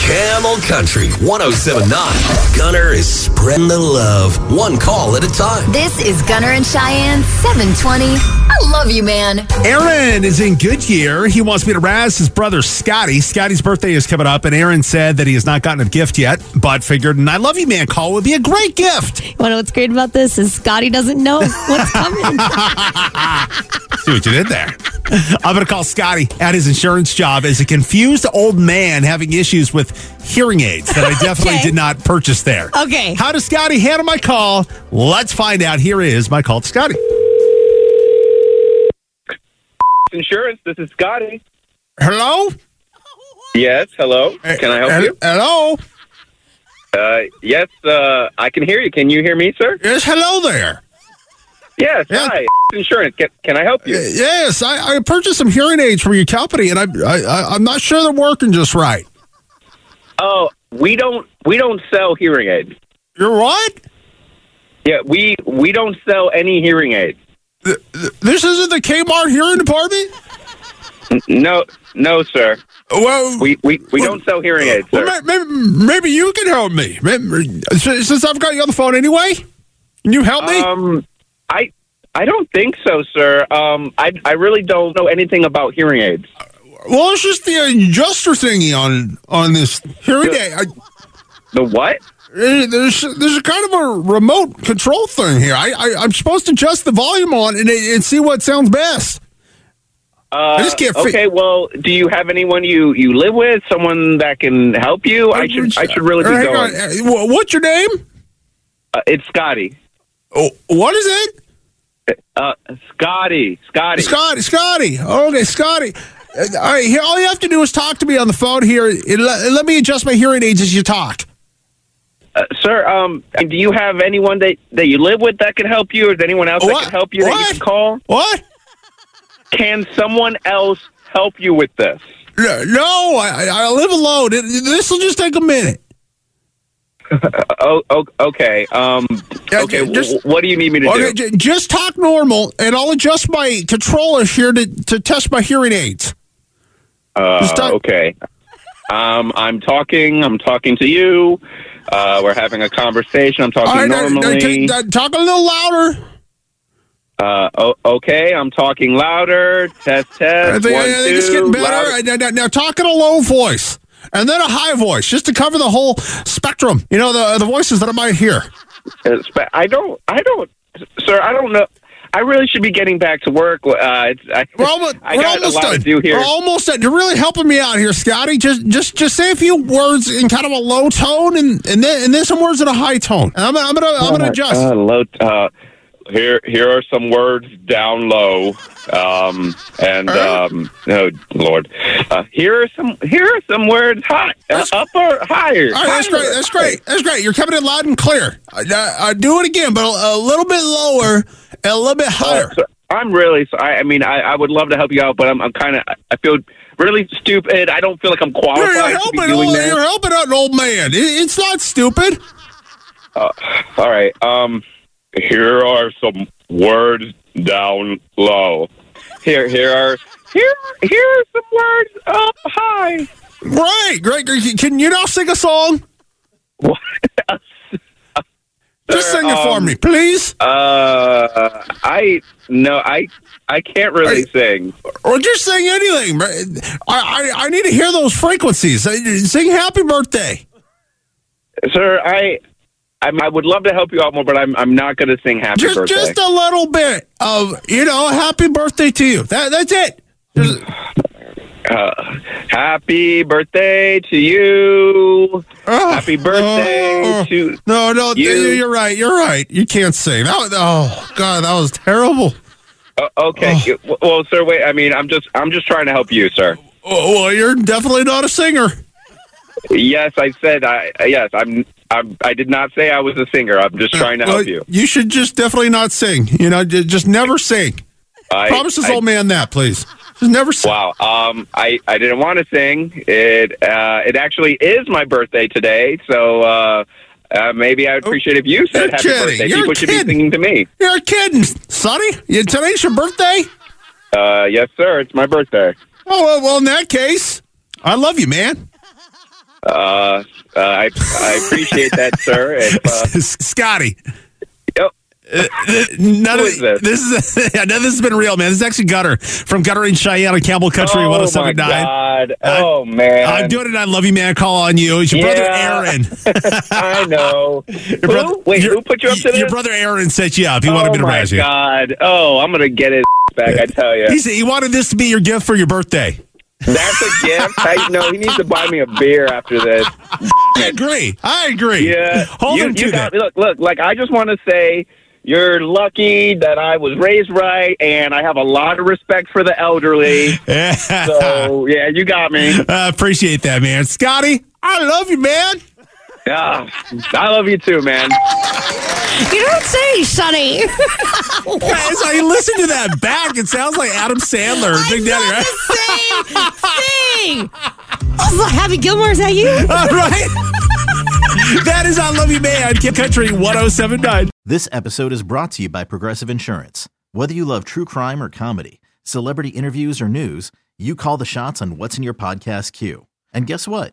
Camel Country 1079. Gunner is spreading the love one call at a time. This is Gunner and Cheyenne 720. I love you, man. Aaron is in Goodyear. He wants me to razz his brother Scotty. Scotty's birthday is coming up, and Aaron said that he has not gotten a gift yet, but figured an I love you man call would be a great gift. You want to know what's great about this is Scotty doesn't know what's coming. See what you did there. I'm going to call Scotty at his insurance job as a confused old man having issues with hearing aids that I definitely Okay. did not purchase there. Okay. How does Scotty handle my call? Let's find out. Here is my call to Scotty. Insurance. This is Scotty. Hello? Yes. Hello. Can I help you? Hello? Uh, yes. Uh, I can hear you. Can you hear me, sir? Yes, hello there. Yes. Yeah. Hi. Insurance. Can, can I help you? Yes, I, I purchased some hearing aids from your company, and I, I, I, I'm not sure they're working just right. Oh, we don't. We don't sell hearing aids. You're what? Yeah. We we don't sell any hearing aids. This isn't the Kmart hearing department? N- No. No, sir. Well, We we, we don't sell hearing aids, sir. well maybe, maybe you can help me. Maybe- since since I've got you on the phone anyway, can you help me? Um, I I don't think so, sir. Um, I I really don't know anything about hearing aids. well, it's just the adjuster thingy on on this hearing aid. I, The what? eh, there's there's a kind of a remote control thing here. I, I I'm supposed to adjust the volume on and, it- and see what sounds best. Uh, just can't fi- okay, well, do you have anyone you, you live with? Someone that can help you? I should I should really be Uh, hang going. on. Eh, wha- What's your name? Uh, it's Scotty. Oh, what is it? Uh, Scotty. Scotty. Scotty, Scotty. Okay, Scotty. Uh, All right, here, all you have to do is talk to me on the phone here. and let, and let me adjust my hearing aids as you talk. Uh, sir, um, do you have anyone that, that you live with that can help you? Or is anyone else What? that can help you that What? you can call? What? Can someone else help you with this? No, no, I, I I live alone. This will just take a minute. Uh, oh, oh, okay. Um, Yeah, okay, ju- just- wh- what do you need me to Okay, do? j- just talk normal, and I'll adjust my controllers here to, to test my hearing aids. Uh, Just talk- okay. Um, I'm talking. I'm talking to you. Uh, we're having a conversation. I'm talking All right, now- now normally. ta- ta- talk a little louder. uh, o- okay, I'm talking louder. Test, I test. think, one, I think it's two, getting better. louder. I- now, now, now talk in a low voice, and then a high voice, just to cover the whole spectrum. You know, the the voices that I might hear. It's ba- I don't. I don't, sir. I don't know. I really should be getting back to work. Uh, it's, I, We're almost, I we're got almost a lot done. to do here. We're almost done. You're really helping me out here, Scotty. Just just just say a few words in kind of a low tone, and and then and then some words in a high tone. And I'm gonna I'm gonna, I'm gonna adjust. Uh, low, uh, here, here are some words down low, um, and um, oh Lord, uh, here are some here are some words high, uh, upper higher. All right, that's higher. great. That's great. That's great. You're coming in loud and clear. I, I, I do it again, but a, a little bit lower and a little bit higher. Uh, So I'm really. so- I, I mean, I, I would love to help you out, but I'm, I'm kind of. I feel really stupid. I don't feel like I'm You're, qualified you're to be helping. doing Old, that. you're helping out an old man. It, it's not stupid. All right. Um, here are some words down low. Here, here are here here are some words up high. Right, great, great. Can you now sing a song? What? Just sing it for um, me, please. Uh, I no, I I can't really sing. Or just sing anything. right? I, I, I need to hear those frequencies. Uh, Sing happy birthday. Sir, I I, mean, I would love to help you out more, but I'm I'm not going to sing happy Just birthday. just a little bit of, you know, happy birthday to you. That, that's it. Just- uh, happy birthday to you. oh, Happy birthday oh. to No, no, you. you. are right. You're right. You can't sing. That was, oh, God, that was terrible. Uh, okay. Well, sir, wait. I mean, I'm just I'm just trying to help you, sir. Oh, well, you're definitely not a singer. Yes, I said I. Yes, I'm. I'm I did not say I was a singer. I'm just trying to help Well, you. You should just definitely not sing. You know, j- just never sing. I, Promise this I- old man that, please. Just never sing. Wow. Um, I, I didn't want to sing. It uh, it actually is my birthday today, so uh, uh, maybe I'd appreciate if you said You're happy kidding. birthday. You're People should be kidding. singing to me. You're kidding, Sonny. You, today's your birthday? Uh, yes, sir. It's my birthday. Oh, well, well, in that case, I love you, man. Uh, uh, I I appreciate that, sir. If, uh, Scotty. Yep. None Who of- is this? is yeah, no, this has been real, man. This is actually Gutter from Gutter and Cheyenne on Campbell Country oh my 1079. God! Oh man! I'm doing it. I love you, man. Call on you. It's your Yeah. brother Aaron. I know. who? Wait, your- who put you up to y- this? Your brother Aaron set you up. He wanted oh me to my razz you. God! Oh, I'm gonna get his back. I tell you, He said he wanted this to be your gift for your birthday. that's a gift. I know he needs to buy me a beer after this. I agree. I agree. Yeah. Hold you, him to you that. got, Look, look, like, I just want to say you're lucky that I was raised right, and I have a lot of respect for the elderly. Yeah. so, yeah, you got me. I Uh, appreciate that, man. Scotty, I love you, man. Ah, I love you too, man. You don't say, Sonny. Guys, I listen to that back. It sounds like Adam Sandler, or Big Daddy, right? Same thing. Also, Happy Gilmore, is that you? All right. that is I Love You Man, Kip Country 1079. This episode is brought to you by Progressive Insurance. Whether you love true crime or comedy, celebrity interviews or news, you call the shots on what's in your podcast queue. And guess what?